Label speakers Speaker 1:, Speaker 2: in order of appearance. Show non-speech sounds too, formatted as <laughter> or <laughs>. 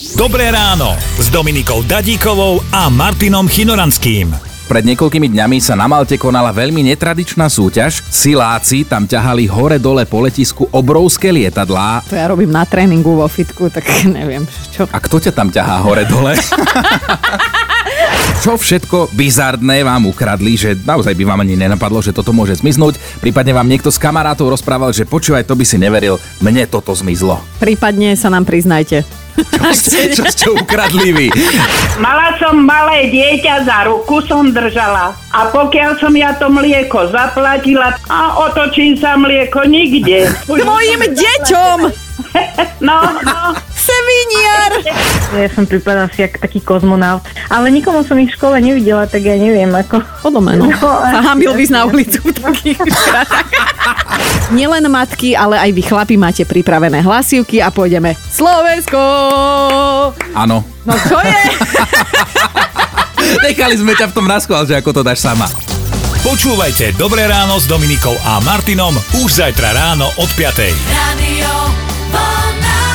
Speaker 1: Dobré ráno s Dominikou Dadíkovou a Martinom Chinoranským.
Speaker 2: Pred niekoľkými dňami sa na Malte konala veľmi netradičná súťaž. Siláci tam ťahali hore-dole po letisku obrovské lietadlá.
Speaker 3: To ja robím na tréningu vo fitku, tak <laughs> neviem čo.
Speaker 2: A kto ťa tam ťahá hore-dole? Čo všetko bizardné vám ukradli, že naozaj by vám ani nenapadlo, že toto môže zmiznúť. Prípadne vám niekto z kamarátov rozprával, že počúvaj, to by si neveril, mne toto zmizlo.
Speaker 3: Prípadne sa nám priznajte.
Speaker 2: Čo ste, <laughs> čo ste ukradli vy?
Speaker 4: Mala som malé dieťa za ruku, som držala. A pokiaľ som ja to mlieko zaplatila a otočím sa mlieko nikde. Už
Speaker 3: Mojim deťom!
Speaker 4: No, no.
Speaker 3: Seviniar!
Speaker 5: Ja som pripadám si ako taký kozmonaut. Ale nikomu som ich v škole nevidela, tak ja neviem ako.
Speaker 3: Podome, no.
Speaker 5: No,
Speaker 2: eh.
Speaker 3: Sa hambil by na ulicu v takých
Speaker 2: <laughs>
Speaker 3: šatách. Nielen matky, ale aj vy chlapi máte pripravené hlasivky a pôjdeme Slovensko!
Speaker 2: Áno.
Speaker 3: No čo je?
Speaker 2: Nechali sme ťa v tom naschval, že ako to dáš sama.
Speaker 1: Počúvajte Dobré ráno s Dominikou a Martinom už zajtra ráno od 5.
Speaker 6: Radio Vlna.